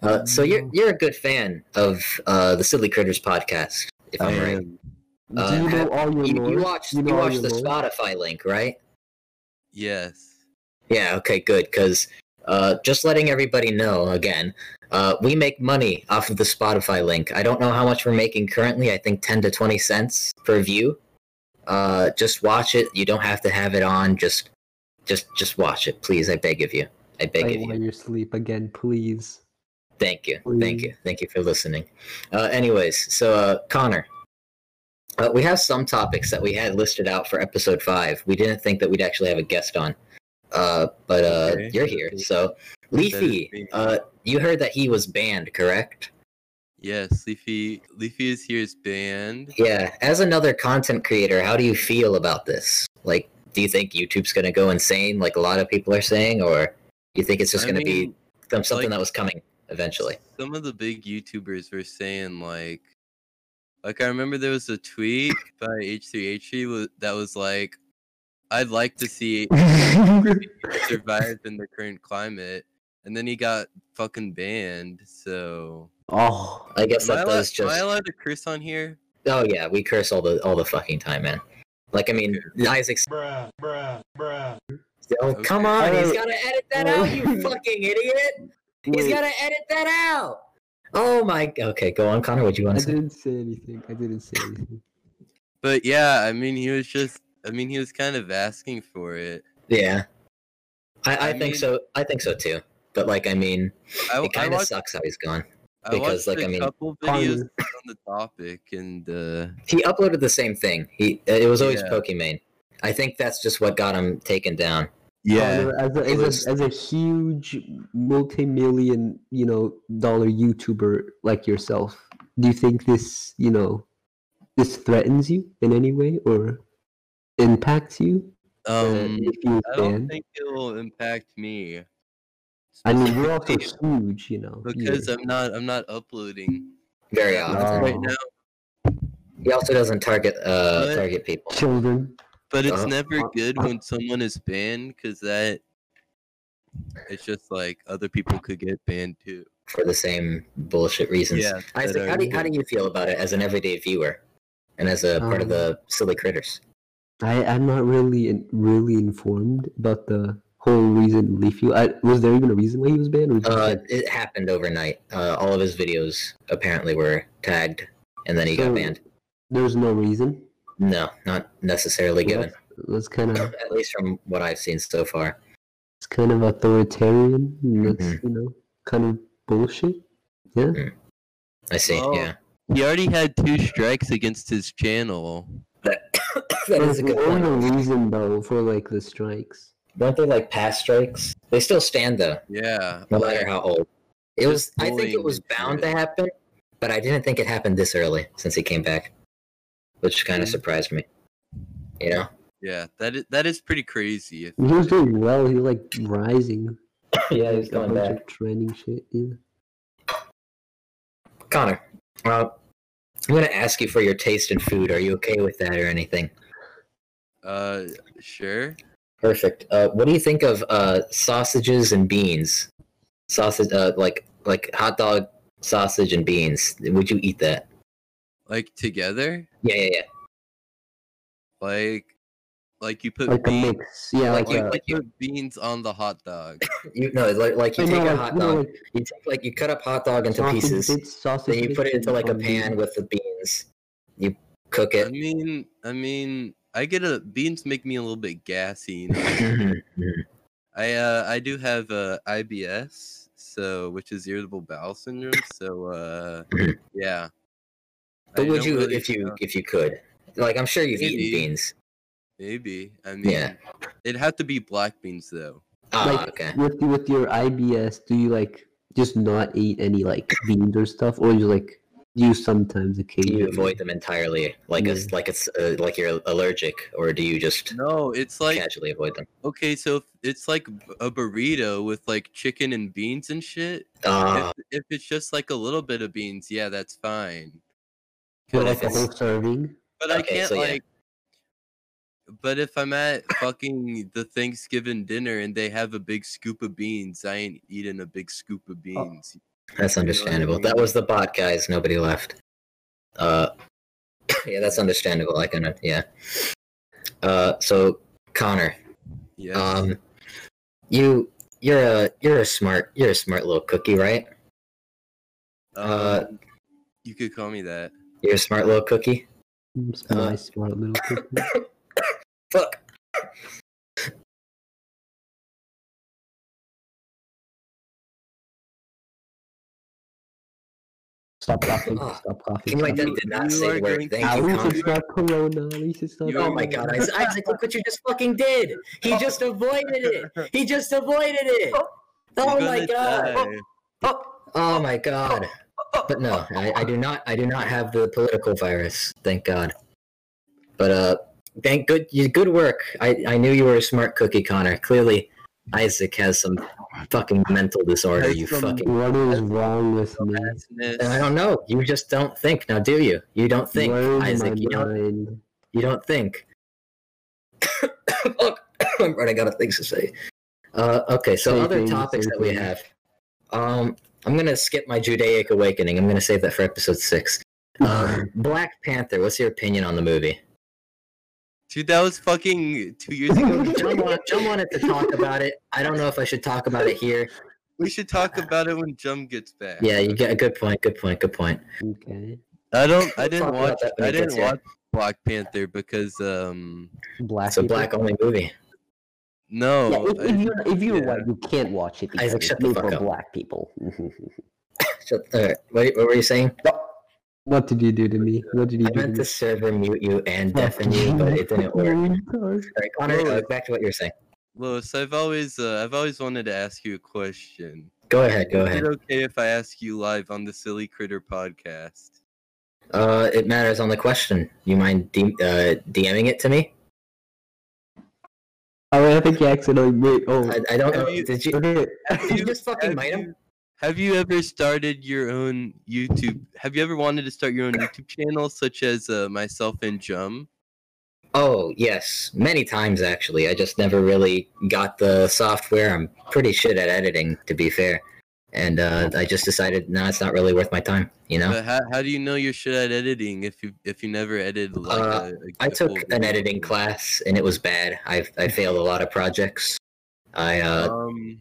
Uh, so you're you're a good fan of uh, the Silly Critters podcast, if I'm right. Do Uh, you know all your You, lore? you watched you, know all watched your the lore? Spotify link, right? Yes. Yeah. Okay. Good. Because uh, just letting everybody know again, uh, we make money off of the Spotify link. I don't know how much we're making currently. I think ten to twenty cents per view. Uh, just watch it. You don't have to have it on. Just, just, just watch it, please. I beg of you. I beg Play of you. while you sleep again, please. Thank you. Thank Mm. you. Thank you for listening. Uh, anyways, so uh, Connor, uh, we have some topics that we had listed out for episode five. We didn't think that we'd actually have a guest on, uh, but uh, Okay. you're here. Okay. So, That is Leafy, me. uh, you heard that he was banned, correct? Yes, Leafy Leafy is here is banned. Yeah. As another content creator, how do you feel about this? Like, do you think YouTube's going to go insane, like a lot of people are saying, or you think it's just I going to be mean, some- something like- that was coming eventually? Some of the big YouTubers were saying like like I remember there was a tweet by H3H3 wa- that was like I'd like to see survive in the current climate and then he got fucking banned. So oh, I guess am, I that allo- does am just. I allowed to curse on here? Oh yeah, we curse all the all the fucking time, man. Like I mean, Isaac's. bruh, bruh, bruh. Oh come on, Okay. he's gotta edit that out, you fucking idiot! He's wait, gotta edit that out. Oh my. Okay, go on, Connor. What do you I want to say? didn't say anything. I didn't say anything. But yeah, I mean he was just I mean he was kind of asking for it. Yeah, I, I, I think mean- so. I think so too. But like, I mean, I, it I kind of watched sucks how he's gone. I because, watched like, a I mean, couple Connor- videos on the topic and uh He uploaded the same thing. He it was always Yeah. Pokimane. I think that's just what got him taken down. Connor, as a, it as, was- a, as a huge multi-million you know dollar youtuber like yourself do you think this you know this threatens you in any way or impacts you uh, um if you I don't can think it'll impact me. i mean we're also specifically huge you know here. because I'm not I'm not uploading Very No. often. right now, He also doesn't target uh But- target people. children but it's Uh, never good when someone is banned because that it's just like other people could get banned too. for the same bullshit reasons. Yeah, Isaac, that how are- do, how do you feel about it as an everyday viewer and as a part of Um, the silly critters? i i'm not really in, really informed about the whole reason leafy I, was there even a reason why he was banned or just Uh, like- it happened overnight. Uh, all of his videos apparently were tagged, and then he got So- banned. there's no reason No, not necessarily Well, given, that's- that's kind of at least from what I've seen so far. it's kind of authoritarian. and That's Mhm. you know kind of bullshit. Yeah, I see. Oh. Yeah, He already had two strikes against his channel. that is there's a good only point. reason though for like the strikes. Weren't they like past strikes? They still stand though, Yeah, no like, matter how old. It was. I think it bullying was and bound to shit. happen, but I didn't think it happened this early since he came back, which kind of Mhm. surprised me. You know. yeah, that is, that is pretty crazy. If, He was doing well. He was, like rising. Yeah, like, a bunch of trending shit. Yeah. Connor, uh, I'm gonna ask you for your taste in food. Are you okay with that or anything? uh, sure. Perfect. Uh, what do you think of uh, sausages and beans? Sausage, uh, like like hot dog sausage and beans. Would you eat that? Like together, Yeah, yeah, yeah. like like you put Like a beans, mix. Yeah, Like like, you a, like you- put beans on the hot dog. You no, like, like you I take know, a like, hot you know, dog. like, you take like you cut up hot dog into sausage pieces, bits, sausage then you put it bits into like a on beans. pan with the beans. You cook I it. mean, I mean, I get a beans make me a little bit gassy. You know? Mhm. I uh, I do have uh, IBS, so which is irritable bowel syndrome. So uh, Mhm. yeah. but I would don't you really if you know. if you could? Like I'm sure you've Maybe. eaten beans. maybe? I mean, Yeah. it'd have to be black beans though. Ah, Like, okay. With with your IBS, do you like just not eat any like beans or stuff, or you like do you sometimes occasionally? you avoid them entirely like Yeah. it's like it's uh, like you're allergic or do you just No, it's like casually avoid them okay, so if it's like b- a burrito with like chicken and beans and shit. uh, if, if it's just like a little bit of beans, yeah, that's fine. Or, But like if a it's whole serving. But I Okay, can't so yeah. like. But if I'm at fucking the Oh, Thanksgiving dinner and they have a big scoop of beans, I ain't eating a big scoop of beans. That's understandable. That was the bot, guys. Nobody left. Uh, yeah, that's understandable. I can, yeah. Uh, so Connor, Yes. um, you you're a you're a smart you're a smart little cookie, right? uh, Um, you could call me that. You're a smart little cookie. Uh, Mm, it's my smart little cookie. Fuck. Stop coughing. Ah, Stop Can you coughing. stop identify? Did not You say are a word. going to- Thank At you, least Connor. it's not corona. At least it's not. You are Oh my god, corona. Isaac, Isaac, look what you just fucking did! He just avoided it! He just avoided it! Oh You're my gonna god! die. Oh my god! But no, I, I do not I do not have the political virus, thank god. But uh thank good you good work. I, I knew you were a smart cookie, Connor. Clearly Isaac has some fucking mental disorder, Has you some- fucking What is wrong with me? Madness. and I don't know. You just don't think now, do you? You don't think, Where is Isaac. You my don't mind? You don't think. Fuck. I'm running out of things to say. Uh, okay, so Same other thing, topics same that we thing. have. Um, I'm gonna skip my Judaic awakening. I'm gonna save that for episode six. Uh, Black Panther. What's your opinion on the movie? Dude, that was fucking two years ago. John, wa- John wanted to talk about it. I don't know if I should talk about it here. we should talk about it when Jum gets back. Yeah, you get a good point. Good point. Good point. Okay. I don't. I We'll talk didn't about watch. that when I it gets didn't here. watch Black Panther because um Black. It's a people? black only movie. no. Yeah, if, if I- you're if you're yeah. white, you can't watch it. because Isaac, it's shut the made fuck for up. black people. Mm-hmm. So, uh, what, what were you saying? what did you do to me? What did you I do meant to to me? server mute you and Oh. deafen you, but it didn't work. All You retard. right, Connor, uh, Lois. back to what you were saying. Lois, I've always uh, I've always wanted to ask you a question. Go ahead. Go Is ahead. it okay if I ask you live on the Silly Critter podcast? Uh, it matters on the question. You mind D- uh, DMing it to me? Oh, I think you accidentally made. Oh, I, I don't know. Have you- Did you? okay. Did you just fucking have mite him? you- Have you ever started your own YouTube? Have you ever wanted to start your own YouTube channel, such as uh, myself and Jum? Oh yes, many times actually. I just never really got the software. I'm pretty shit at editing, to be fair. And uh, I just decided, no, it's not really worth my time. You know, But how, how do you know you're shit at editing if you if you never edited like Uh, a- a- I a took full an video? editing class and it was bad. I I failed a lot of projects. I uh, Um,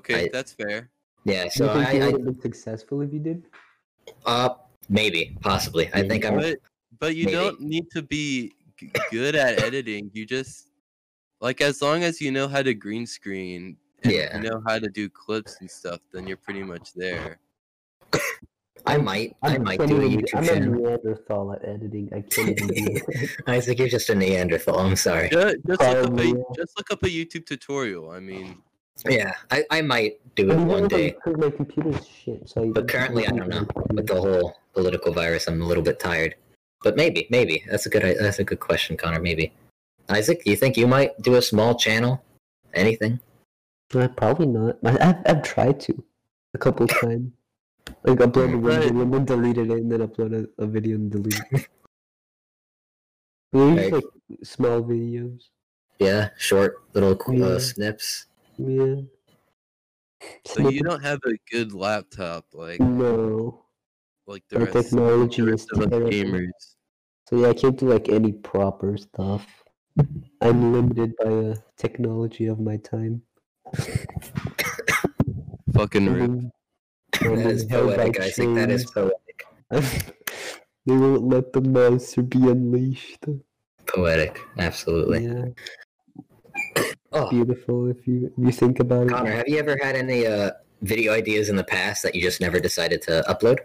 okay, I- that's fair. yeah. Do So you think you I, would have been successful if you did? I uh maybe possibly. I think I'm. But but you Maybe. don't need to be g- good at editing. You just like as long as you know how to green screen and Yeah. you know how to do clips and stuff, then you're pretty much there. I might. I I'm might not do a even- YouTube I'm a channel. Neanderthal at editing. I can't even do it. Isaac, you're just a Neanderthal. I'm sorry. Ju- Just, look up a, Probably. just look up a YouTube tutorial. I mean, Yeah, I, I might do I it mean, one what if I day, heard my computer's shit. So I- but currently I don't know. With the whole political virus, I'm a little bit tired. But maybe, maybe that's a good that's a good question, Connor. Maybe, Isaac, you think you might do a small channel? Anything? Uh, probably not. I, I've, I've tried to a couple times. Like upload one Right. video and then delete it, and then upload a, a video and delete it. They're usually, Right. like small videos. Yeah, short little uh, Yeah. snips. Yeah. so you don't have a good laptop like No. like the Our rest, the technology is rest of us terrible. gamers. So yeah, I can't do like any proper stuff. I'm limited by the technology of my time. Fucking rude. Mhm. That And is I'm held by poetic, Isaac. That is poetic. chains. they won't let the monster be unleashed. Poetic, absolutely. Yeah, Oh, beautiful if you if you think about Connor, it. have you ever had any uh, video ideas in the past that you just never decided to upload?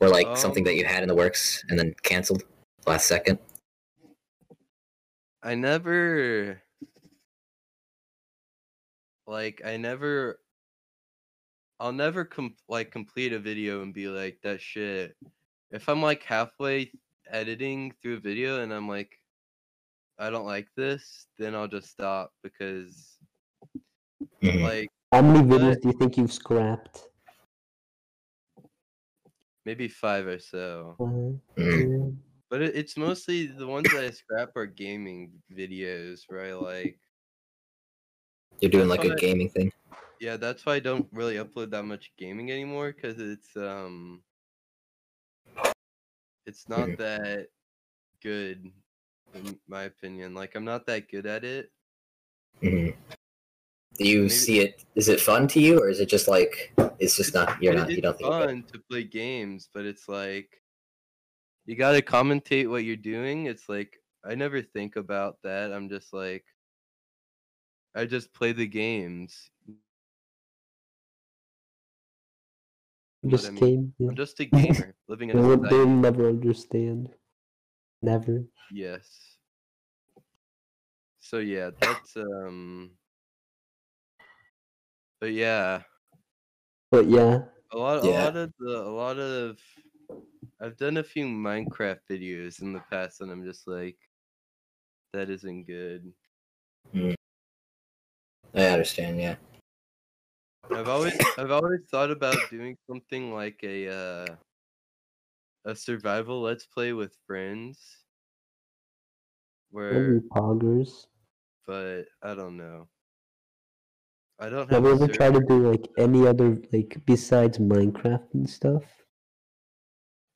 Or like something that you Um, had in the works and then canceled last second? I never like I never I'll never com- like complete a video and be like that shit. If I'm like halfway editing through a video and I'm like I don't like this, then I'll just stop because Mhm. like How many videos But- do you think you've scrapped? maybe 5 or so. Uh, Hmm. Mm. yeah. But it, it's mostly the ones that I scrap are gaming videos, right? Like You're doing like a Alright. gaming thing. yeah, that's why I don't really upload that much gaming anymore because it's um, it's not Mhm. that good, in my opinion. Like I'm not that good at it. Mhm. Do you Maybe- see it? Is it fun to you, or is it just like it's just not? You're It- not. You it's don't think. About it. fun to play games, but it's like you gotta commentate what you're doing. It's like I never think about that. I'm just like I just play the games. Know what I Just mean? game. Yeah. I'm just a gamer living in They'll, a they'll society. never understand. Never. Yes. So yeah, that's um. But yeah, But yeah, a lot, a Yeah. lot of the, a lot of, I've done a few Minecraft videos in the past, and I'm just like, that isn't good. I understand. Yeah. I've always, I've always thought about doing something like a, uh, a survival let's play with friends, where every poggers. but I don't know. I don't Have have. you a ever tried to server. do like any other like besides Minecraft and stuff?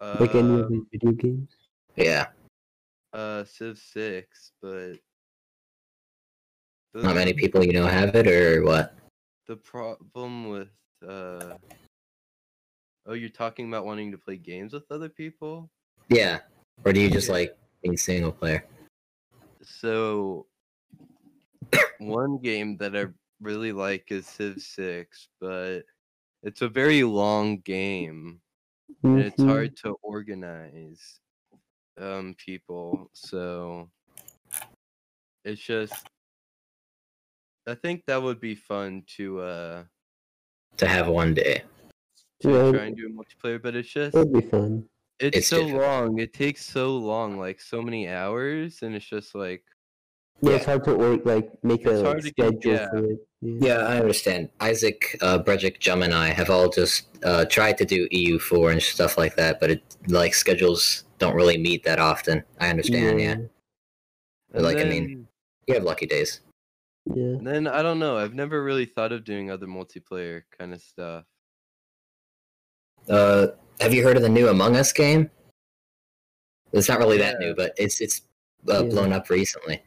Like any Uh, other video games? Yeah. uh, Civ Six, but the, Uh, Not many people you know have it, or what? the problem with uh, oh, you're talking about wanting to play games with other people. Yeah. Or do you just Yeah. like being single player? So one game that I really like is Civ Six, but it's a very long game. and it's Mhm. Mm-hmm. hard to organize um people so it's just i think that would be fun to uh To have one day. to Yeah. try and do a multiplayer but it's just That'd be fun. it's, It's so difficult. long it takes so long like so many hours and it's just like Yeah, it's hard to work like make It's a hard like, to get- schedule for it. Yeah. Yeah, I understand. Isaac, uh, Brejic, Jum, and I have all just uh, tried to do EU4 and stuff like that, but it like schedules don't really meet that often. I understand. Yeah. and Like, I then, mean- You have lucky days. Yeah. then i don't know i've never really thought of doing other multiplayer kind of stuff Uh, have you heard of the new Among Us game? It's not really that new, but it's it's uh, Yeah. blown up recently.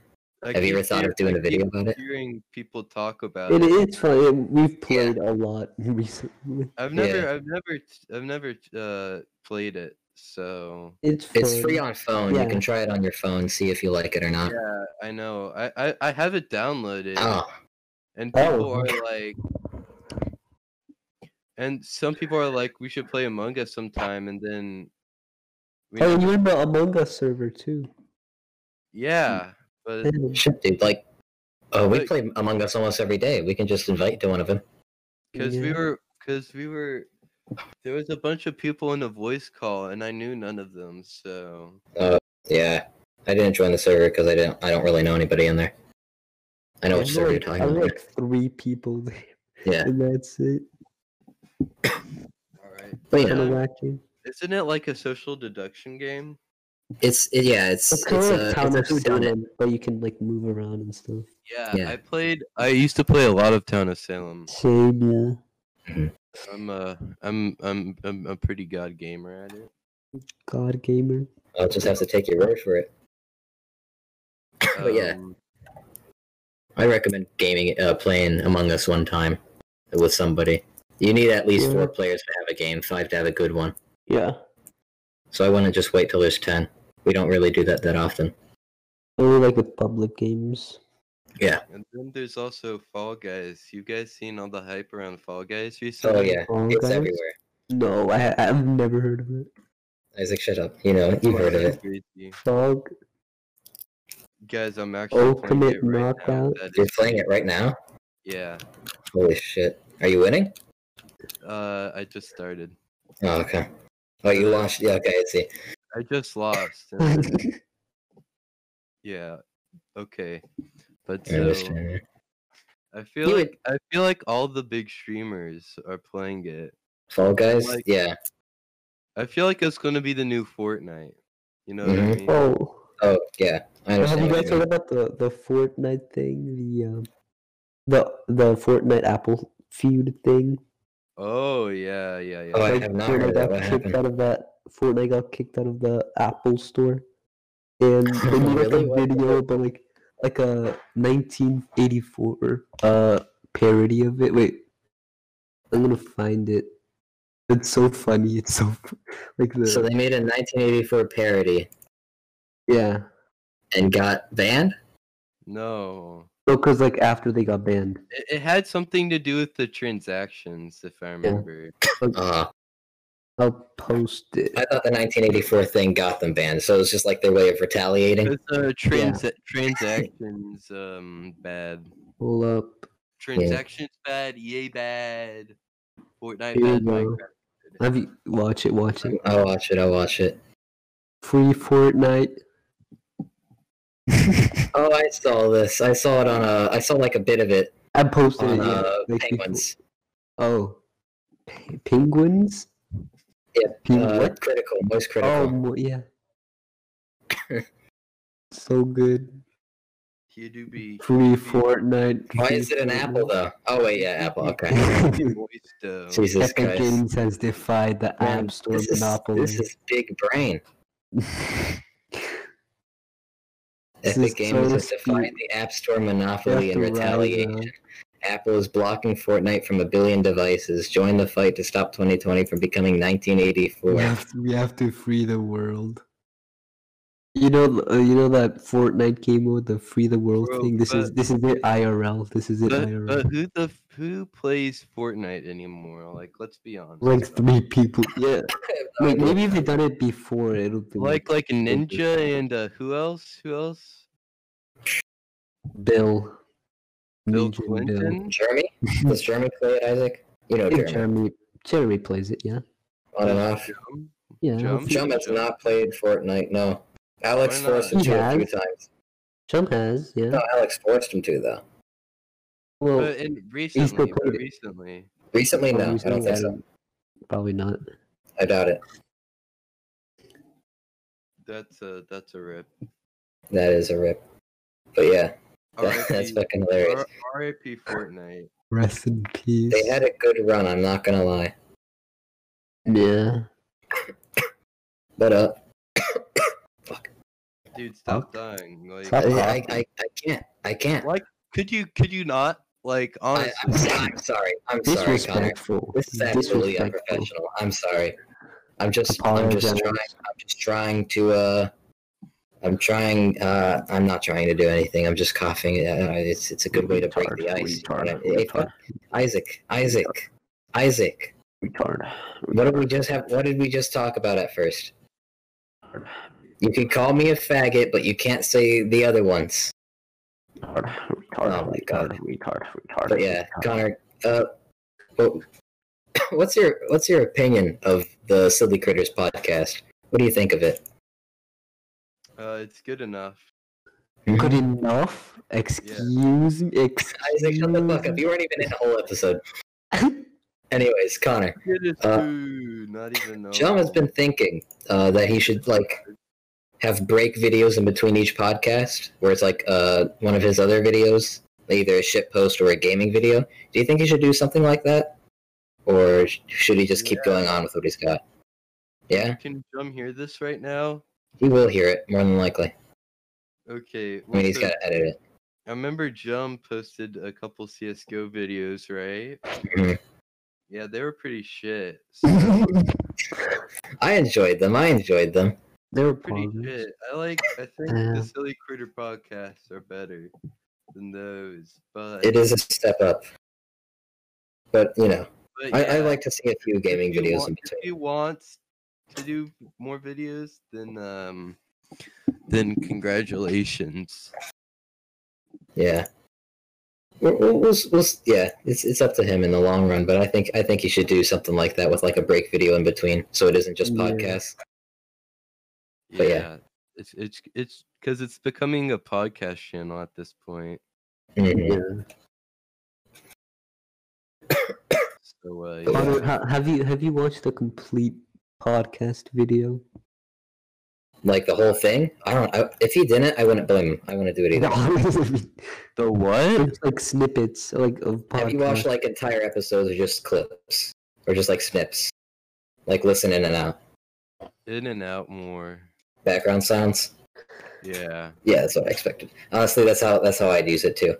I Have you keep ever thought hear- of doing I a video keep about it? hearing people talk about It it is fun. It- we've played a lot recently. I've Yeah. never, I've never, t- I've never uh, played it. So It's fun. It's free on phone. Yeah. You can try it on your phone, see if you like it or not. yeah, I know. I, I, I have it downloaded, Oh, and people Uh, Oh. are like, and some people are like, we should play Among Us sometime, and then, we Oh, never- and you're in the Among Us server too. yeah, but Yeah. shit, dude! Like, oh, we Look. play Among Us almost every day. We can just invite you to one of them. because we Yeah. were, because we were, there was a bunch of people in a voice call, and I knew none of them, so Yeah, I didn't join the server because I didn't. I don't really know anybody in there. I know I'm which server you're like- talking I'm about. like three people there, Yeah, and that's it. all right. but you Kind of know, wacky. Isn't it like a social deduction game? it's it, yeah, it's It's it's, kind of like a, Town of it's a whodunit. Salem, but you can like move around and stuff. Yeah, Yeah. I played. I used to play a lot of Town of Salem. Same, yeah. I'm uh, I'm I'm I'm a pretty god gamer at it. God gamer. I'll just have to take your word for it. But yeah. Um, I recommend gaming, uh, playing Among Us one time with somebody. You need at least Yeah. four players to have a game, five to have a good one. Yeah. So I wouldn't just wait till there's ten. We don't really do that that often. Only like with public games. and then there's also Fall Guys. You guys seen all the hype around Fall Guys recently? Oh yeah, Fall it's Guys? everywhere. No, I I've never heard of it. Isaac, shut up. You know you've heard of it. Crazy. Fog. Guys, I'm actually playing Ultimate it right now. Knockout. That You're is- playing it right now. Yeah. Holy shit! Are you winning? Uh, I just started. Oh okay. Oh, you launched. Yeah, okay, I see. I just lost. and- That's yeah. Okay. But I so understand. I feel You like I feel like all the big streamers are playing it. Fall Guys? Like- yeah. I feel like it's gonna be the new Fortnite. You know what I Mhm. mean? oh. Oh, yeah. I Have understand. you what guys mean. heard about the the Fortnite thing? The um, the the Fortnite Apple feud thing. Oh yeah, yeah, yeah. Oh, I Like, have not when I heard that. got What kicked happened? out of that Fortnite got kicked out of the Apple store. And they made like Really? a What- video about like like a nineteen eighty four uh parody of it. Wait. I'm gonna find it. It's so funny. It's so fu- like the So they made a 1984 parody yeah. and got banned. No, No, Oh, cause like after they got banned. it, it had something to do with the transactions, if I remember. Uh, I'll post it. I thought the 1984 thing got them banned, so it was just like their way of retaliating. It's uh, trans- transactions um bad. Pull up. Transactions bad. EA bad. Fortnite Here you bad. go. Minecraft. bad. Have you watch it, watch it. I'll watch it. I'll watch it. Free Fortnite. Oh, I saw this. I saw it on a. I saw like a bit of it I posted on it. Yeah. uh, like before- Penguins. Oh, P- penguins. Yeah, Penguin. Uh, critical, most oh, critical. mo- yeah. so good. You do be Free Fortnite. Why is it an apple though? Oh wait, yeah, apple. Okay. moist. Uh, Jesus Epic Christ. Games has defied the Man, app store this, is, monopoly. this is big brain. This is Epic Games so has defied steep. the App Store You have monopoly to in rise uh, retaliation. up. Apple is blocking Fortnite from a billion devices. Join the fight to stop 2020 from becoming 1984. We have, to, we have to free the world. You know, uh, you know that Fortnite game with the free the world Bro, thing. This is but- this is it IRL. This is it But, IRL. but who the f- who plays Fortnite anymore? Like, let's be honest. like three people. Yeah. Wait, maybe if they done it before, it'll be like like Ninja Fortnite. and uh, who else? Who else? Bill. Bill Ninja Clinton. Jeremy? Does Jeremy play it, Isaac? You know I think Jeremy. Jeremy. Jeremy plays it. Yeah. On and off. Jump? Yeah. Jump? hopefully- Jum has not played Fortnite, no. Alex Why not? forced him He to a few has. times. Jump has. Yeah. No, Alex forced him to, though. well, But in recently, but Oh. played it. recently, Oh, Recently, no. I obviously, don't think so. Probably not. I doubt it. that's a that's a rip. That is a rip. But yeah, that, that's R.I.P. fucking hilarious. R- R.I.P. Fortnite. Rest in peace. They had a good run, I'm not gonna lie. yeah. But uh, Dude, stop dying. Like, Stop. I, I, I, I can't. I can't. Why- could you could you not? Like, I, honestly, I'm, so- I'm sorry. I'm sorry, Connor. Disrespectful. This is absolutely Disrespectful. unprofessional. I'm sorry. I'm just I'm just Apologize. trying I'm just trying to uh I'm trying uh I'm not trying to do anything. I'm just coughing. Uh, It's it's a good way to break the Retard, ice. retard, Yeah, hey, retard. Isaac, Isaac, Isaac. retard. What did we just have what did we just talk about at first? You can call me a faggot, but you can't say the other ones. Retard. Oh my God. Retard. Retard. But yeah, Connor, uh well, what's your what's your opinion of the Silly Critters podcast? What do you think of it? uh, it's good enough. Good enough. Excuse me. Isaac, Excuse shut the fuck up. You weren't even in the whole episode. Anyways, Connor, Good as Uh, food, not even know. John has been thinking uh, that he should like have break videos in between each podcast, where it's like uh, one of his other videos, either a shit post or a gaming video. Do you think he should do something like that, or sh- should he just keep going on with what he's got? Yeah, Can Jum hear this right now? he will hear it more than likely. I Okay. mean, what's he's up? got to edit it. I remember Jum posted a couple CS:GO videos, right? Mhm. Yeah, they were pretty shit. so- they I enjoyed them. I enjoyed them. were pretty positive. shit. I like. I think Yeah. the Silly Critter podcasts are better than those, but It is a step up, but you know, but I, I yeah, like to see a few gaming if you videos in want- between. If you want to do more videos, then um, then congratulations. Yeah. We'll, we'll, we'll, s- we'll, s- yeah, it's it's up to him in the long run, but I think I think he should do something like that with like a break video in between, so it isn't just Yeah. podcasts. But yeah. it's it's it's because it's becoming a podcast channel at this point. Mhm. Yeah. So uh, yeah. Connor, ha- have you have you watched the complete podcast video? like the whole thing. I don't. I, if he didn't, I wouldn't blame him. I wouldn't do it either. The what? it's like snippets, like of Have you watched like entire episodes or just clips or just like snips, like listen in and out, In and out more. background sounds? Yeah. Yeah, that's what I expected. Honestly, that's how that's how I'd use it too.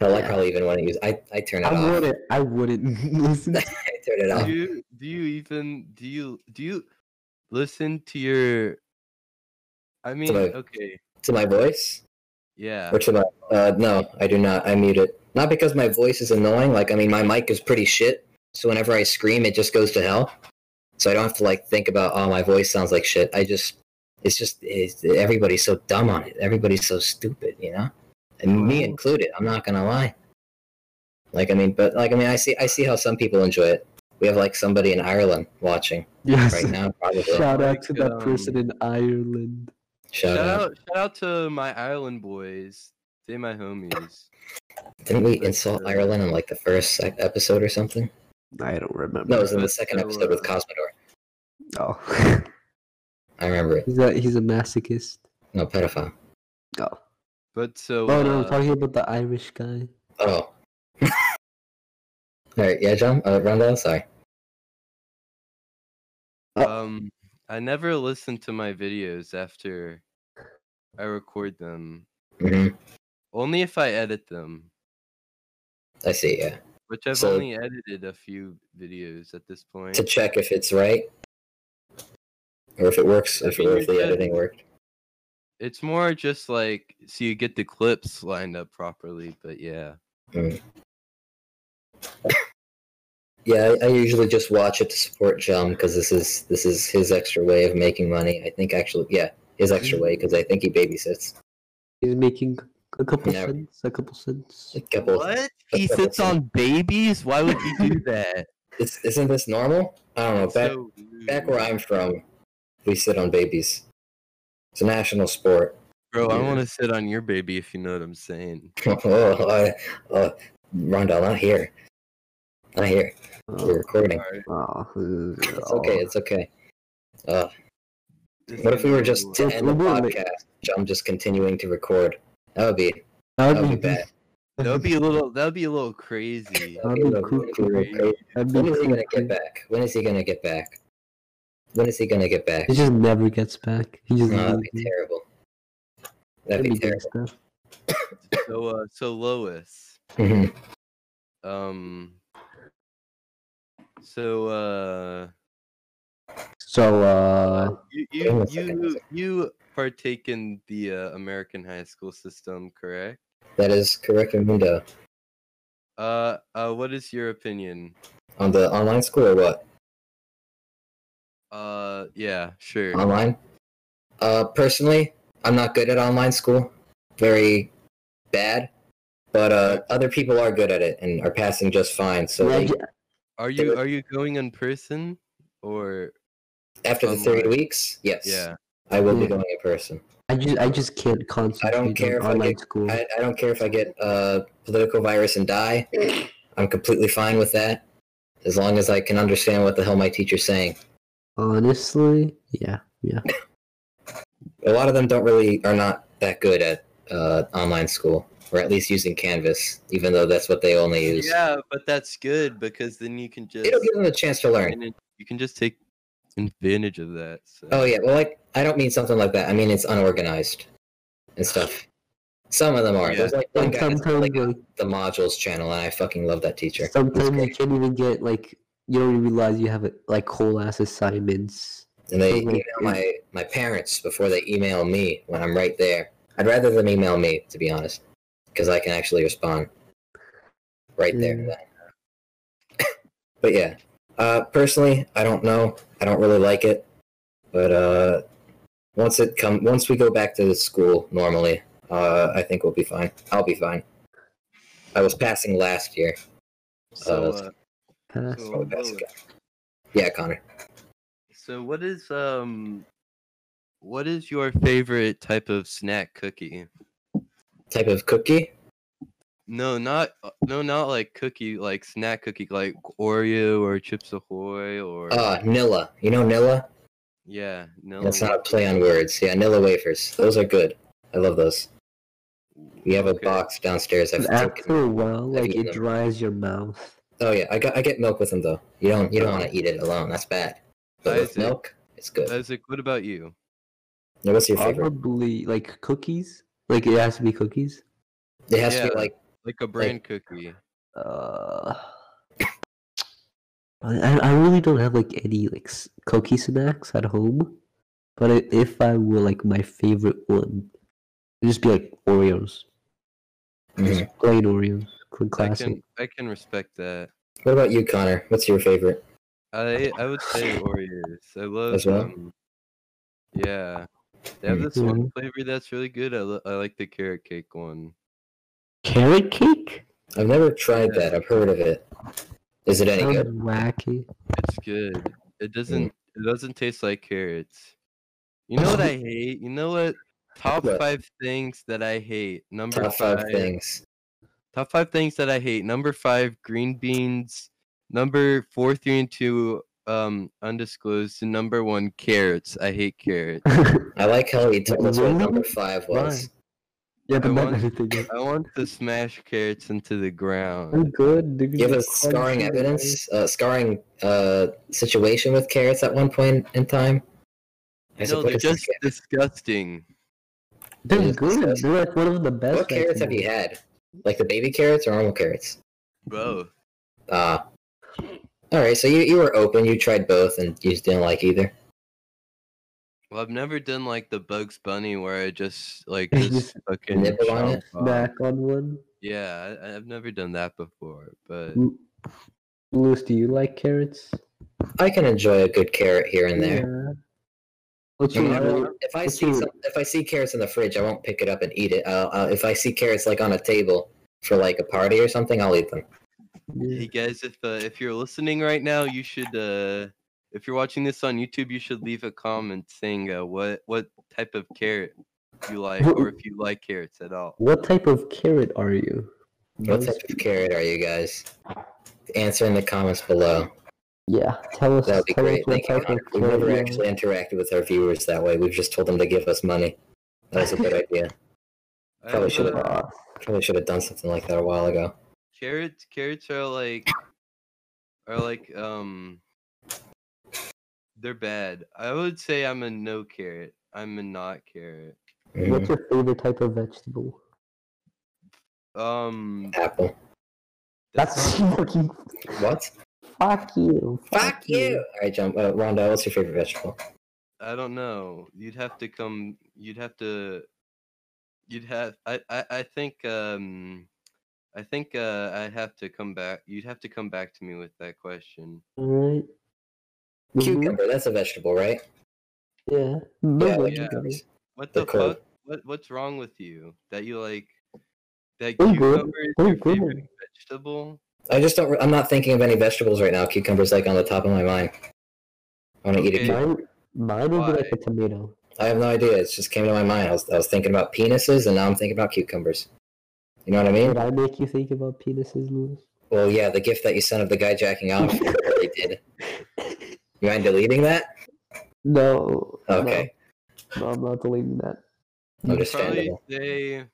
Hell, I Yeah. probably even want to use. I I turn it I off. wouldn't. I wouldn't listen. to- I turn it off. Do you do you even do you do you listen to your? I mean, my- okay, To my voice. yeah. Which am I? Uh, no, I do not. I mute it. Not because my voice is annoying. Like, I mean, my mic is pretty shit. So whenever I scream, it just goes to hell. So I don't have to like think about, oh, my voice sounds like shit. I just, it's just it's, everybody's so dumb on it. Everybody's so stupid, you know, and me Well- included. I'm not gonna lie. Like, I mean, but like, I mean, I see, I see how some people enjoy it. We have like somebody in Ireland watching Yes. right now, probably. Shout out Like, um, to that person in Ireland. Shout Shout out. out, shout out to my Ireland boys. They my homies. Didn't we insult Ireland in like the first sec- episode or something? I don't remember. No, it was in the second So, episode with uh, Cosmodor. Oh. I remember it. he's a he's a masochist. No, pedophile. Oh. But so, Oh no, I'm uh, talking about the Irish guy. Oh. All right, yeah, John. Uh, Rondell, sorry. Uh um, I never listen to my videos after I record them. hmm Only if I edit them, I see. Yeah, which I've So- only edited a few videos at this point. to check if it's right or if it works, I if, mean, or if you the said- editing worked. It's more just like so you get the clips lined up properly. But yeah. Yeah, I, I usually just watch it to support John because this is this is his extra way of making money. I think actually, yeah, his extra way because I think he babysits He's making a couple Yeah. cents. A couple cents. a couple. He sits on babies? Why would he do that? It's, isn't this normal? I don't know. Back So back rude. where I'm from, we sit on babies. It's a national sport. Bro, I want to sit on your baby if you know what I'm saying. Oh, I, uh, Rondell, not here. Not here. We're Oh, recording. Alright, oh, It's okay. It's okay. this What if we were is just another to one. end the We'll do it. podcast? I'm just continuing to record. That would be That'd That'd be be bad. that would be a little that would be a little crazy. that would That'd be a little- cuckoo. little crazy. That'd be When is he gonna crazy. get back? When is he gonna get back? When is he gonna get back? He just Mm-hmm. never gets back. He just No, that'd leaves. be terrible. That'd be doing terrible. stuff. So uh so Lois. Mhm. Um so uh So uh you Hang on a you second, one you, you partake in the uh, American high school system, correct? That is correct, Mundo. Uh uh what is your opinion? On the online school or what? Uh yeah, sure. online. Uh, personally, I'm not good at online school. Very bad. But uh, other people are good at it and are passing just fine. So yeah, like, j- Are They you would- are you going in person or after the online. three weeks, yes, yeah? I will be Yeah. going in person. I just I just can't concentrate care if I on online get- school. I, I don't care if I get uh, political virus and die. I'm completely fine with that, as long as I can understand what the hell my teacher's saying. Honestly, yeah, yeah. A lot of them don't really are not that good at uh, online school, or at least using Canvas, even though that's what they only use. Yeah, but that's good because then you can just It'll give them a chance to learn. advantage- you can just take advantage of that. So. Oh yeah, well, like I don't mean something like that. I mean it's unorganized and stuff. Some of them are. Yeah. There's like one And guy that's sometimes on, like like, the modules channel, and I fucking love that teacher. sometimes you great. can't even get like you don't even realize you have like whole ass assignments. And they Mhm. email my my parents before they email me when I'm right there. I'd rather them email me to be honest, because I can actually respond right there. Yeah. but yeah, uh, personally, I don't know. I don't really like it. But uh, once it come, once we go back to school normally, uh, I think we'll be fine. I'll be fine. I was passing last year. so, Oh, that's- uh, Pass. so, Probably best Lois, guess. Yeah, Connor. so what is um what is your favorite type of snack cookie? Type of cookie. No, not uh, no, not like cookie, like snack cookie, like Oreo or Chips Ahoy or Uh, Nilla. You know Nilla? Yeah, no. Uh, That's not a play on words. Yeah, Nilla wafers. Those are good. I love those. We have a Okay. box downstairs. I've taken- After a while, I've like it eaten. dries your mouth. Oh yeah, I got I get milk with them though. You don't you don't want to eat it alone. That's bad. But I with see. milk, it's good. Isaac, what about you? Now, What's your favorite? Probably like cookies. Like it has to be cookies. It has to Yeah. be like Like a brand cookie. Uh, I I really don't have like any like s- cookie snacks at home, but i- if I were like my favorite one, it'd just be like Oreos, mhm. plain Oreos, cl- I classic. can I can respect that. What about you, Connor? What's your favorite? I I would say Oreos. I love As well? um, yeah. They have Mm. this one flavor that's really good. I, lo- I like the carrot cake one. Carrot cake? I've never tried that. I've heard of it. Is it any Sounds good? wacky. It's good. It doesn't it doesn't taste like carrots. You know what I hate? You know what? Top What? five things that I hate. Number Top five things. Top five things that I hate. Number five, green beans. Number four, three, and two, um, undisclosed. And number one, carrots. I hate carrots. I like how he told us what Really? number five was. yeah, I but not want- everything. is- I want to smash carrots into the I'm ground. good. They're gonna Give be us scarring crunchy and evidence, uh, scarring uh, situation with carrots at one point in time. I No, suppose they're it's just okay. disgusting. They're Yes, good. yes. They're like one of the best. What I carrots have think. you had? Like the baby carrots or normal carrots? Both. Uh, all right. So you, you were open. You tried both, and you just didn't like either. Well, I've never done like the Bugs Bunny where I just like You just just fucking nibble on it? chomp on- Snack on one. Yeah, I, I've never done that before. But Lu- Louis, do you like carrots? I can enjoy a good carrot here and there. Yeah. What's I your mean, I favorite- won't- if I What's see your- some, if I see carrots in the fridge, I won't pick it up and eat it. Uh, uh, if I see carrots like on a table for like a party or something, I'll eat them. yeah. Hey guys, if uh, if you're listening right now, you should uh, if you're watching this on YouTube, you should leave a comment saying uh, what what type of carrot you like, or if you like carrots at all. What type of carrot are you? What Those- type of carrot are you guys? Answer in the comments below. Yeah, tell us. That would be tell great. us what Thank you. type of Connor. We've never carrot you actually interacted with our viewers that way. We've just told them to give us money. That was a good idea. I Probably don't should know, have. are. Probably should have done something like that a while ago. carrots carrots are like are like um they're bad. I would say I'm a no carrot. I'm a not carrot. Mhm. What's your favorite type of vegetable? Um, Apple. That's not- fucking. What? Fuck you. Fuck you! All right, John. Uh, Rhonda, what's your favorite vegetable? I don't know. You'd have to come. You'd have to. You'd have. I. I. I think. Um. I think. Uh. I have to come back. You'd have to come back to me with that question. Alright. Mhm, Cucumber. That's a vegetable, right? Mm-hmm. Yeah. No Yeah, one yeah. can- What They're the cold. fuck? What What's wrong with you? That you like. That They're good. cucumber is They're your good. favorite vegetable. I just don't. I'm not thinking of any vegetables right now. Cucumber's like on the top of my mind. I want to eat a Okay. cucumber. Mine, mine would be like a Why? tomato. I have no idea. It just came to my mind. I was, I was thinking about penises, and now I'm thinking about cucumbers. You know what I Did mean? I make you think about penises, Louis? Well, yeah, the gift that you sent of the guy jacking off really did. You mind deleting that? No. no, Okay. No, I'm not deleting that. I'd probably Understandable. say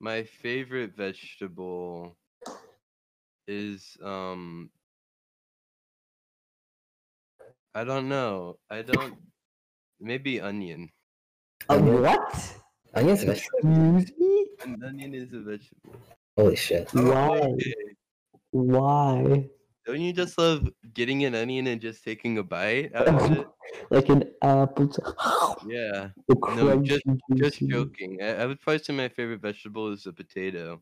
my favorite vegetable is um I don't know. I don't maybe onion. Uh, Onion- what? Onions are vegetable. Excuse me? An onion is a vegetable. Holy shit. Oh, Why? okay. Why? Don't you just love getting an onion and just taking a bite out of it? Like an apple. To- Yeah. the No, just- crunchy, Just juicy- joking. I, I would probably say my favorite vegetable is a potato.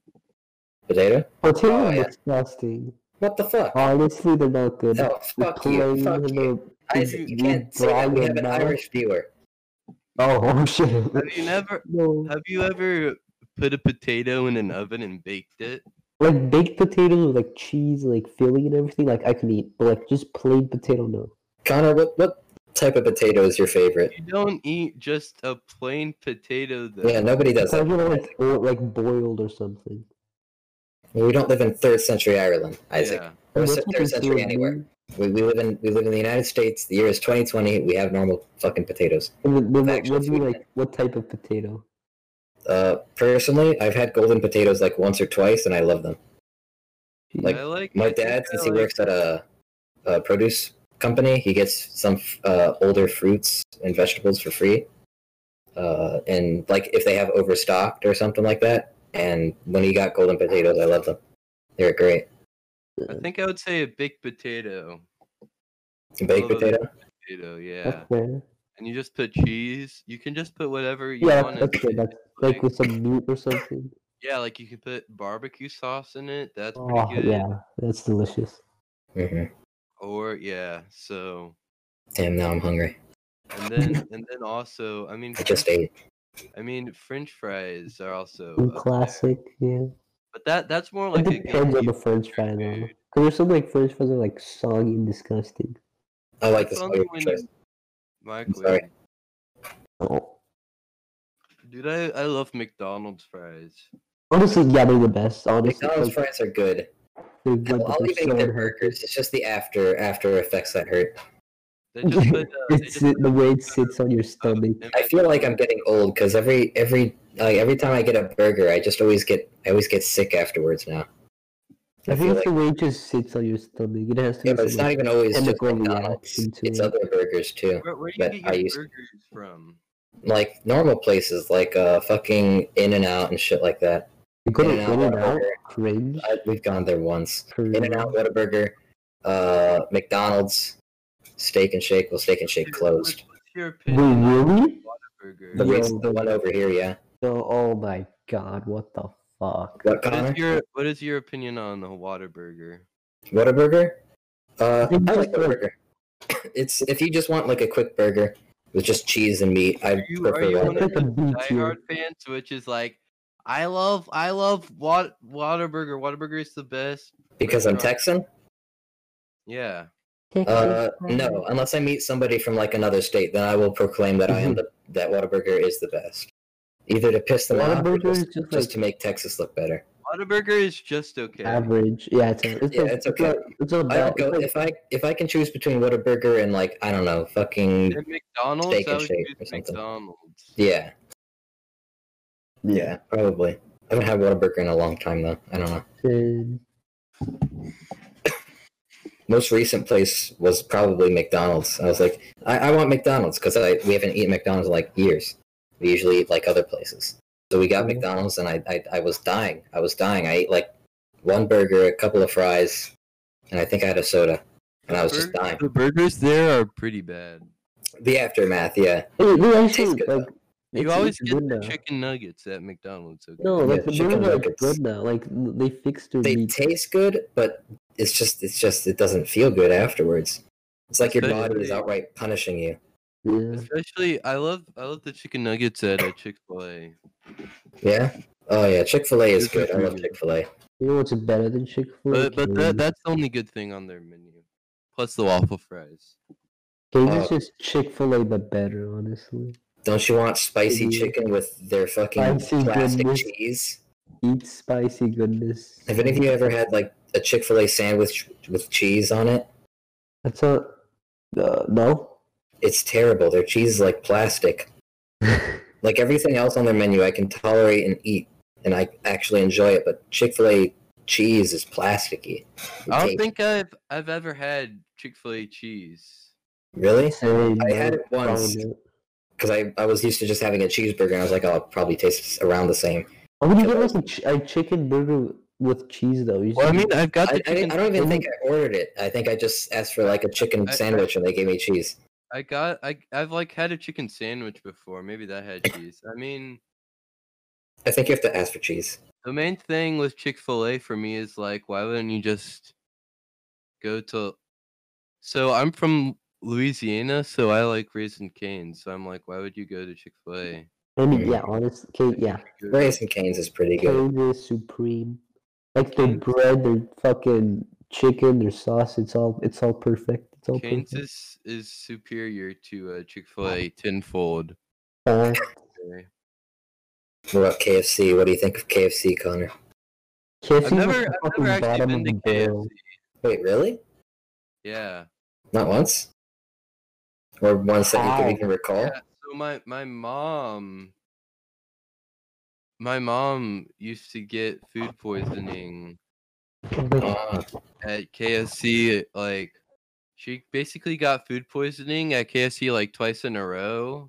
Potato? Potatoes Oh, are yeah. disgusting. What the Oh, fuck? Honestly, they're not good. Oh, The fuck you. plain Fuck you. little- Isaac, you you can't say that. We dry have an your mouth. Irish viewer. Oh, oh shit. Have you never No. have you ever put a potato in an oven and baked it? Like baked potatoes with like cheese, and, like filling and everything, like I can eat. But like just plain potato, no. Connor, what, what type of potato is your favorite? You don't eat just a plain potato though. Yeah, nobody does So that. I'm gonna like, bo- like boiled or something. We don't live in third century Ireland, Isaac. Yeah. Or And se- that's what third they century do, anywhere. dude. We, we live in we live in the United States. The year is 2020. We have normal fucking potatoes. And then, then what, Actually, what do you sweet. like? What type of potato? Uh, personally, I've had golden potatoes like once or twice, and I love them. Like, I like I My think dad, I since he like- works at a, a produce company, he gets some f- uh, older fruits and vegetables for free. Uh, and like if they have overstocked or something like that. And when he got golden potatoes, I love them. They're great. I think I would say a baked potato. Baked Love a potato. Potato, That's yeah. fair. And you just put cheese. You can just put whatever you Yeah, want. that's, that's in fair. it, That's like with some meat or something. yeah, like you can put barbecue sauce in it. That's Oh pretty good. yeah, that's delicious. hmm Or yeah, so Damn, now I'm hungry. and then and then also, I mean, I just French- ate. I mean, French fries are also And up there, classic, yeah. But that that's more like a it depends on the guilty French fry though. food. Because there's some like French fries that are like soggy and disgusting. I like That's this. only when you microwave. Oh. Dude, I, I love McDonald's fries. Honestly, yeah, they're the best. Honestly, McDonald's like, fries are good. they're good, I'll, but I'll they're even so eat their unhealthy. burgers. It's just the after after effects that hurt. They just put, uh, they It's just the, put the way it avocado sits on your in stomach. it. I feel like I'm getting old because every every like every time I get a burger, I just always get I always get sick afterwards now. I feel I think it's like the way it just sits on your stomach. It has to. yeah, be but it's something- not even always just chemical McDonald's. reaction to It's it. other burgers too. Where, where do you but get I your used- burgers from? Like normal places, like uh fucking In and Out and shit like that. You couldn't In-N-Out, put it out. Whataburger. Cringe. I, we've gone there once. cringe. In and Out, Whataburger, uh, McDonald's, Steak and Shake. Well, Steak and Shake Dude, closed. What's, what's your Wait, opinion on really? Whataburger? The, Yo, recent- the one over here, yeah. No, oh my god, what the fuck? What What Connor? is your what is your opinion on the Whataburger? Whataburger? Uh, think I like that's good. Whataburger. It's if you just want like a quick burger with just cheese and meat, I you- prefer are you Whataburger. It's like a B tier. Diehard fans, which is like, I love I love Wat Whataburger. Whataburger is the best. because I'm restaurant. Texan. Yeah. Uh, no, unless I meet somebody from like another state, then I will proclaim that I Mm-hmm. am the that Whataburger is the best. Either to piss them off, or Whataburger is just, just just like- to make Texas look better. Whataburger is just okay. Average. Yeah, it's, a, it's, Yeah, not- it's not- okay. It's not I would bad. go It's like- if I if I can choose between Whataburger and like I don't know, fucking And McDonald's, Steak I and would Shake or choose something. McDonald's. yeah, yeah, probably. I haven't had Whataburger in a long time though. I don't know. Dude, most recent place was probably McDonald's. I was like, I, I want McDonald's because I we haven't eaten McDonald's in like years. We usually eat like other places. So we got Mm-hmm. Mhm. McDonald's, and I, I I was dying. I was dying. I ate like one burger, a couple of fries, and I think I had a soda, and I was just Burger- dying. The burgers there are pretty bad. The aftermath, yeah. Hey, they tastes actually, good, like, You it's- always it's get good the now. chicken nuggets at McDonald's. Okay? No, like Yeah, the chicken burgers are nuggets. good now. Like n- they fixed their They Mm-hmm. meat. taste good, but it's just it's just it doesn't feel good afterwards. It's like your body is Especially- outright punishing you. yeah. Especially, I love I love the chicken nuggets at uh, Chick Fil A. Yeah. Oh yeah, Chick Fil A is This is good. I love really good. Chick Fil A. You know what's better than Chick Fil A? But but that, that's the only good thing on their menu. Plus the waffle fries. Cage's uh, just Chick Fil A but better, honestly. Don't you want spicy Mhm. chicken with their fucking Spicy plastic goodness. cheese? Eat spicy goodness. Have any of you ever had like a Chick Fil A sandwich with cheese on it? That's not. Uh, no. It's terrible. Their cheese is like plastic. like everything else on their menu, I can tolerate and eat, and I actually enjoy it. But Chick Fil A cheese is plasticky. It I don't tastes- think I've I've ever had Chick Fil A cheese. really. Same, I had no, it once probably not. because I, I was used to just having a cheeseburger, and I was like, oh, it probably tastes around the same. Why Oh, would you Yeah, get that like a, ch- a chicken burger with cheese though? You Well, I just- mean, I've got I, the I, didn't- chicken. I don't even think I ordered it. I think I just asked for like a chicken I- I- sandwich, and they gave me cheese. I got I I've like had a chicken sandwich before. Maybe that had cheese. I mean, I think you have to ask for cheese. the main thing with Chick Fil A for me is like, why wouldn't you just go to? So I'm from Louisiana, so I like raisin canes. So I'm like, why would you go to Chick Fil A? I mean, yeah, honestly, oh, Cage, yeah, Raisin Cane's is pretty good. Cage is supreme. Like their Cane's- bread, their fucking chicken, their sauce, it's all, it's all perfect. It's all Canes perfect. is, is superior to uh, Chick Fil A tenfold. Uh, okay? What about KFC? What do you think of KFC, Connor? KFC I've is never at the I've fucking never actually bottom been of to the barrel. KFC. Wait, really? Yeah. Not once? Or once that you can, How? you can recall? Yeah, so my my mom my mom used to get food poisoning Ah, at KFC like she basically got food poisoning at KFC like twice in a row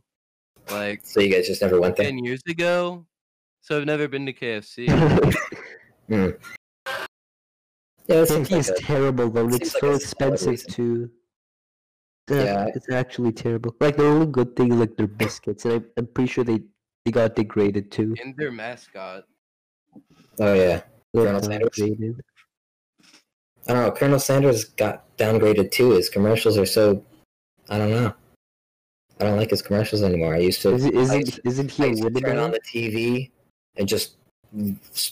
like so you guys just never went there? 10 years ago. So I've never been to KFC. Oh, Yeah, it seems Turkey like is a- terrible though. seems It's like so a solid expensive reason. too. Yeah. Yeah, it's actually terrible. Like the only good thing is like their biscuits, and I, I'm pretty sure they they got degraded too. and their mascot. Oh, yeah. They Colonel got Sanders? degraded. I don't know. Colonel Sanders got downgraded too. His commercials are so. I don't know. I don't like his commercials anymore. I used to. Is, it- I isn't used isn't I he a used to woman turn now? on the TV and just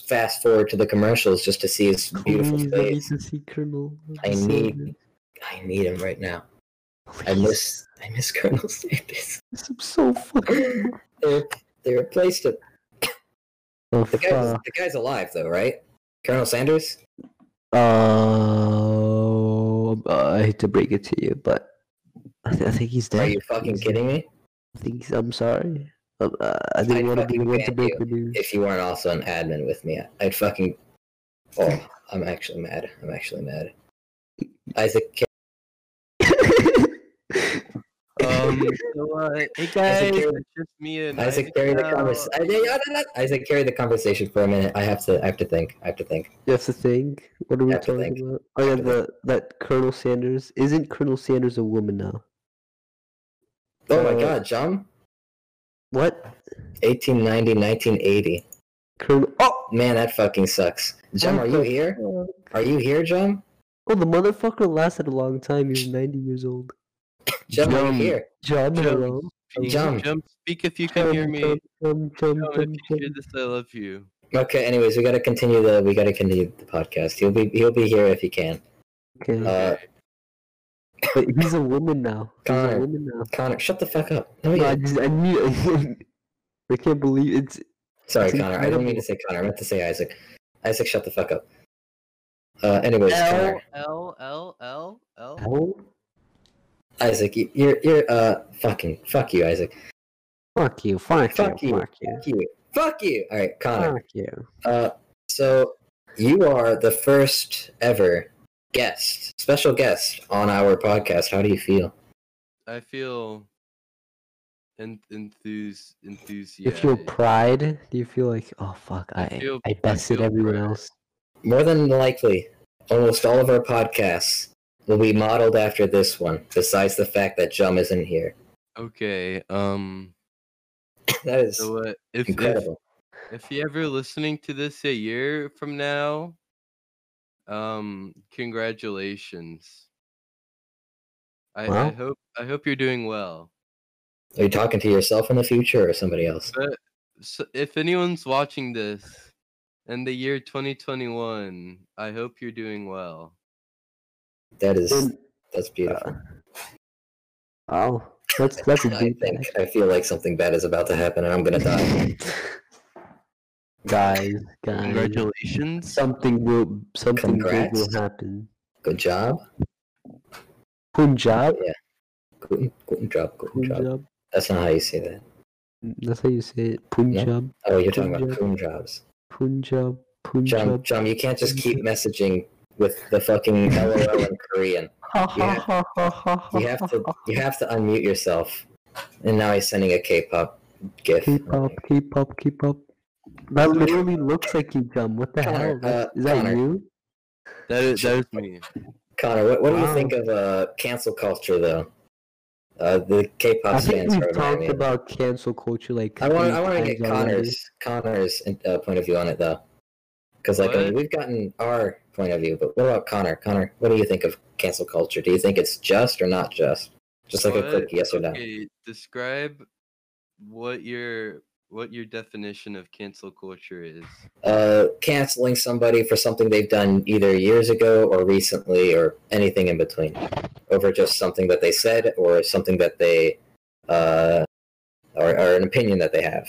fast forward to the commercials just to see his beautiful Please, I need face. to see Colonel I Sanders. need- I need him right now. I Please. miss. I miss Colonel Sanders. I'm so fucking. They, re- they replaced him. Oh The guy's, fuck. the guy's alive though, right? Colonel Sanders. Uh, I hate to break it to you, but I, th- I think he's dead. Are you fucking He's- kidding me? I think I'm sorry. Uh, uh, I didn't I want to be the fucking one to ban you. break the news. if you weren't also an admin with me, I'd fucking. Oh, I'm actually mad. I'm actually mad. Isaac, Ca- Um, so, uh, hey guys, carry- it's just me and Isaac carried the now. conversation. Isaac carried the conversation for a minute. I have to. I have to think. I have to think. That's the thing. What are we Have to talking think. about? Oh yeah, Have to the that Colonel Sanders isn't Colonel Sanders a woman now? Oh my Uh, God, John. What? 1890, 1980. Colonel? Oh, Man, that fucking sucks. Jim, are you here? oh, Are you here, Jim? the motherfucker lasted a long time. He was ninety years old. Jim, are you Jim. here? John, Jump. hello. Speak- Jump. Jump, speak if you can hear me. Jump, Jump, jump, if jump, you hear this, I love you. Okay. Anyways, we gotta continue the. We gotta continue the podcast. He'll be. He'll be here if he can. Okay, Uh, Okay. but he's a woman now. He's Connor. a woman now. Connor, shut the fuck up. No, No, you I just I knew. I can't believe it's Sorry, It's Connor. I didn't mean to incredible. say Connor. I meant to say Isaac. Isaac, shut the fuck up. Uh, anyways, L Connor, L L L L. Oh. hell. Isaac, y- you're you're uh fucking fuck you, Isaac. Fuck you! Fuck, Fuck you. you! Fuck you! Fuck you. Fuck you. All right, Connor. Fuck you! Uh, so you are the first ever guest, special guest on our podcast. How do you feel? I feel en- enthus You enthusiastic. feel pride? Do you feel like, oh fuck, I I, feel- I bested feel everyone pride. else? More than likely, almost all of our podcasts will be modeled after this one. Besides the fact that Jum isn't here, okay. Um. that is So uh, if, if incredible. if you ever listening to this a year from now, um, congratulations. I, I Well. hope I hope you're doing well. Are you talking to yourself in the future or somebody else? But so if anyone's watching this in the year 2021, I hope you're doing well. That is And, uh, that's beautiful. oh, that's that's a I deep think I feel like something bad is about to happen, and I'm gonna die. thing. guys, guys, Congratulations. something will something big will Congrats. happen. Good job. Punjab, Guten, guten job. Guten job. Punjab. That's not how you say that. That's how you say it. Punjab, Oh, you're talking about coon Guten jobs. Punjab, John, Punjab. John, you can't just keep Guten messaging with the fucking LOL in Korean. Ha ha ha ha ha You have to, you have to unmute yourself. And now he's sending a K-pop gif. Keep up, keep up, keep up. That literally looks like you, Jum. What the Connor, hell? That- uh, is that Connor. you? That is that is me. Connor, what, what do you Wow. think of uh, cancel culture though? Uh, the I K-pop think fans are reminding me we've talked of that. about cancel culture like. I want three I want to times get already. Connor's Connor's uh, point of view on it though, because like I mean, What? we've gotten our point of view, but what about Connor? Connor, what do you think of cancel culture? Do you think it's just or not just? Just like a quick What? yes or no. Okay, describe what your what your definition of cancel culture is. Uh, canceling somebody for something they've done either years ago or recently or anything in between, over just something that they said or something that they, uh, or, or an opinion that they have.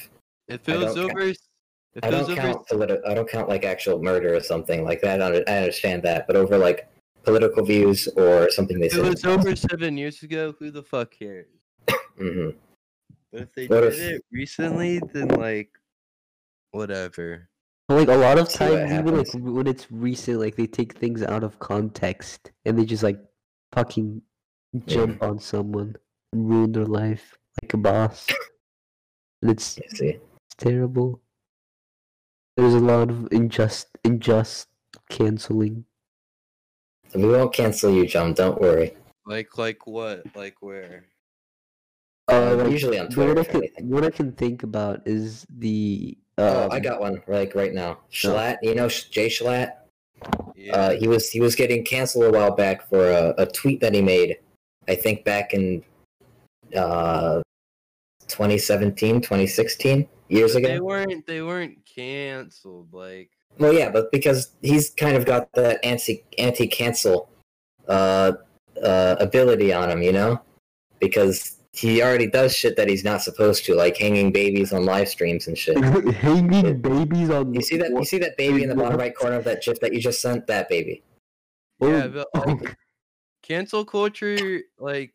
If I it was don't count- over, s- if I it was don't over count politi- I don't count like actual murder or something like that. I, under- I understand that, but over like political views or something they It said. was over seven years ago. Who the fuck cares? hmm But if they What did if- it recently, then like, whatever. Like a lot of See what times, even like happens. w- when it's recent, like they take things out of context and they just like fucking jump on someone and ruin their life like a boss. and it's I see. It's terrible. There's a lot of unjust, unjust canceling. We won't cancel you, John. Don't worry. Like, like what? Like where? Uh, usually on the Twitter, one I, if can, anything. what I can think about is the. Oh, um, I got one like right now. Schlatt, you know Sh- Jay Schlatt. Yeah. Uh, he was he was getting canceled a while back for a, a tweet that he made. I think back in uh, 2017, 2016, years they ago. weren't. They weren't canceled. Like, Well, yeah, but because he's kind of got that anti anti cancel uh, uh, ability on him, you know, because he already does shit that he's not supposed to, like hanging babies on live streams and shit. hanging babies on. You see that? You see that baby in the bottom right corner of that gif that you just sent? That baby. yeah, but Oh, like, cancel culture like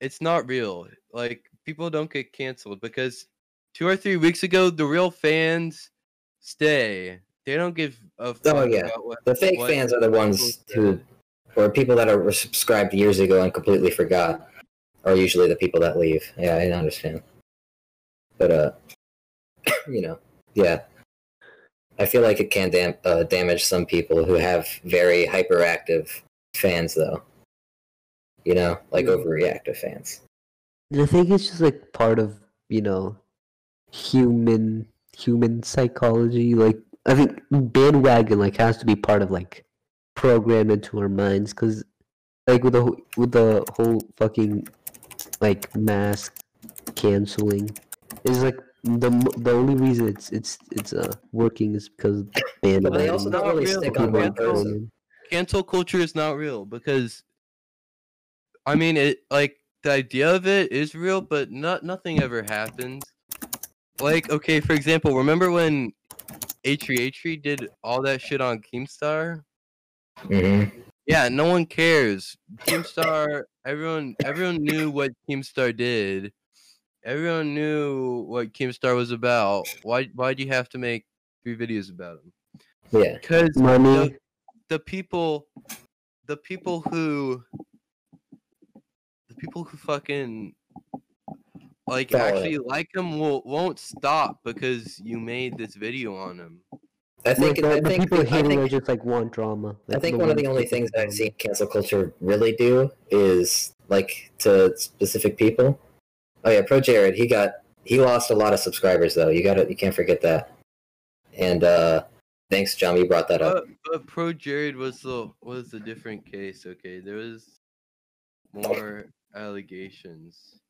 it's not real like people don't get canceled because two or three weeks ago the real fans stay they don't give a fuck Oh, yeah. about what The fake what fans are the ones who, or people that are subscribed years ago and completely forgot, are usually the people that leave. Yeah, I understand. But uh, you know, yeah, I feel like it can dam- uh, damage some people who have very hyperactive fans, though. You know, like Yeah. overreactive fans. I think it's just like part of you know, human human psychology. Like I think bandwagon like has to be part of like programmed into our minds because like with the whole- with the whole fucking like mask canceling is like the m- the only reason it's it's it's uh working is because bandwagon. But they also don't not really real. stick on one Cancel- person. cancel culture is not real because i mean it like the idea of it is real but not nothing ever happens like okay for example remember when atri atri E did all that shit on keemstar hmm Yeah, no one cares. Keemstar, everyone, everyone knew what Keemstar did. Everyone knew what Keemstar was about. Why, why do you have to make three videos about him? Yeah. Because money. the people, the people who, the people who fucking like Follow actually like him will won't stop because you made this video on him. I Like, think. the, I the think. people I hating think are just like want drama. I like, think one of ones the only seeking things that I've drama. seen cancel culture really do is like to specific people. Oh yeah, Pro Jared, he got he lost a lot of subscribers though. You gotta you can't forget that. And uh thanks, John, you brought that up. But, but pro Jared was the was a different case. Okay, there was more allegations.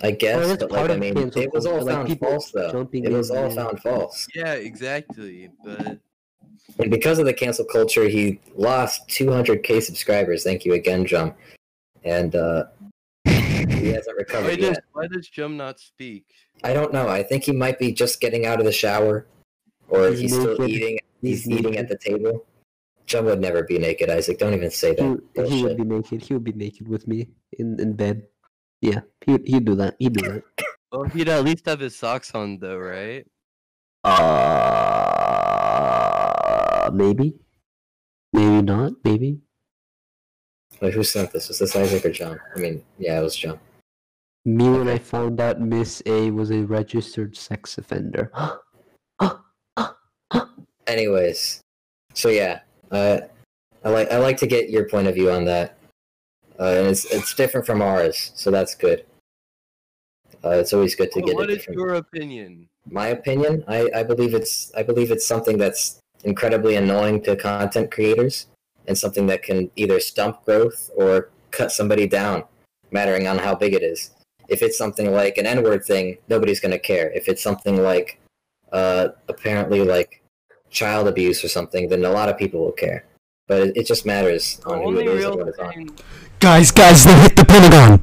I guess, that's but like part I of mean, cancel it was all culture, like, found people false though. jumping It was in all and- found false, Yeah, exactly. But and because of the cancel culture, he lost 200k subscribers. Thank you again, John. And uh he hasn't why recovered yet. does why does Jum not speak? I don't know. I think he might be just getting out of the shower, or He's he's, still naked. eating. He's, He's eating at the table. John would never be naked, Isaac. Don't even say that. He, he would bullshit. be naked. He would be naked with me in, in bed. Yeah, he would- he'd do that. He'd do that. Well, he'd at least have his socks on, though, right? Uh, maybe, maybe not. Maybe Wait, who sent this? Was this Isaac or John? I mean, yeah, it was John. me when I found out Miss A was a registered sex offender. Anyways, so yeah, uh, I like I like to get your point of view on that, uh, and it's it's different from ours, so that's good. Uh, it's always good to What- get what a is different. your opinion? my opinion I, I believe it's i believe it's something that's incredibly annoying to content creators and something that can either stump growth or cut somebody down mattering on how big it is if it's something like an n-word thing nobody's going to care if it's something like uh, apparently like child abuse or something then a lot of people will care but it, it just matters The on who only it is and real what it's on thing, Guys, guys, they hit the Pentagon.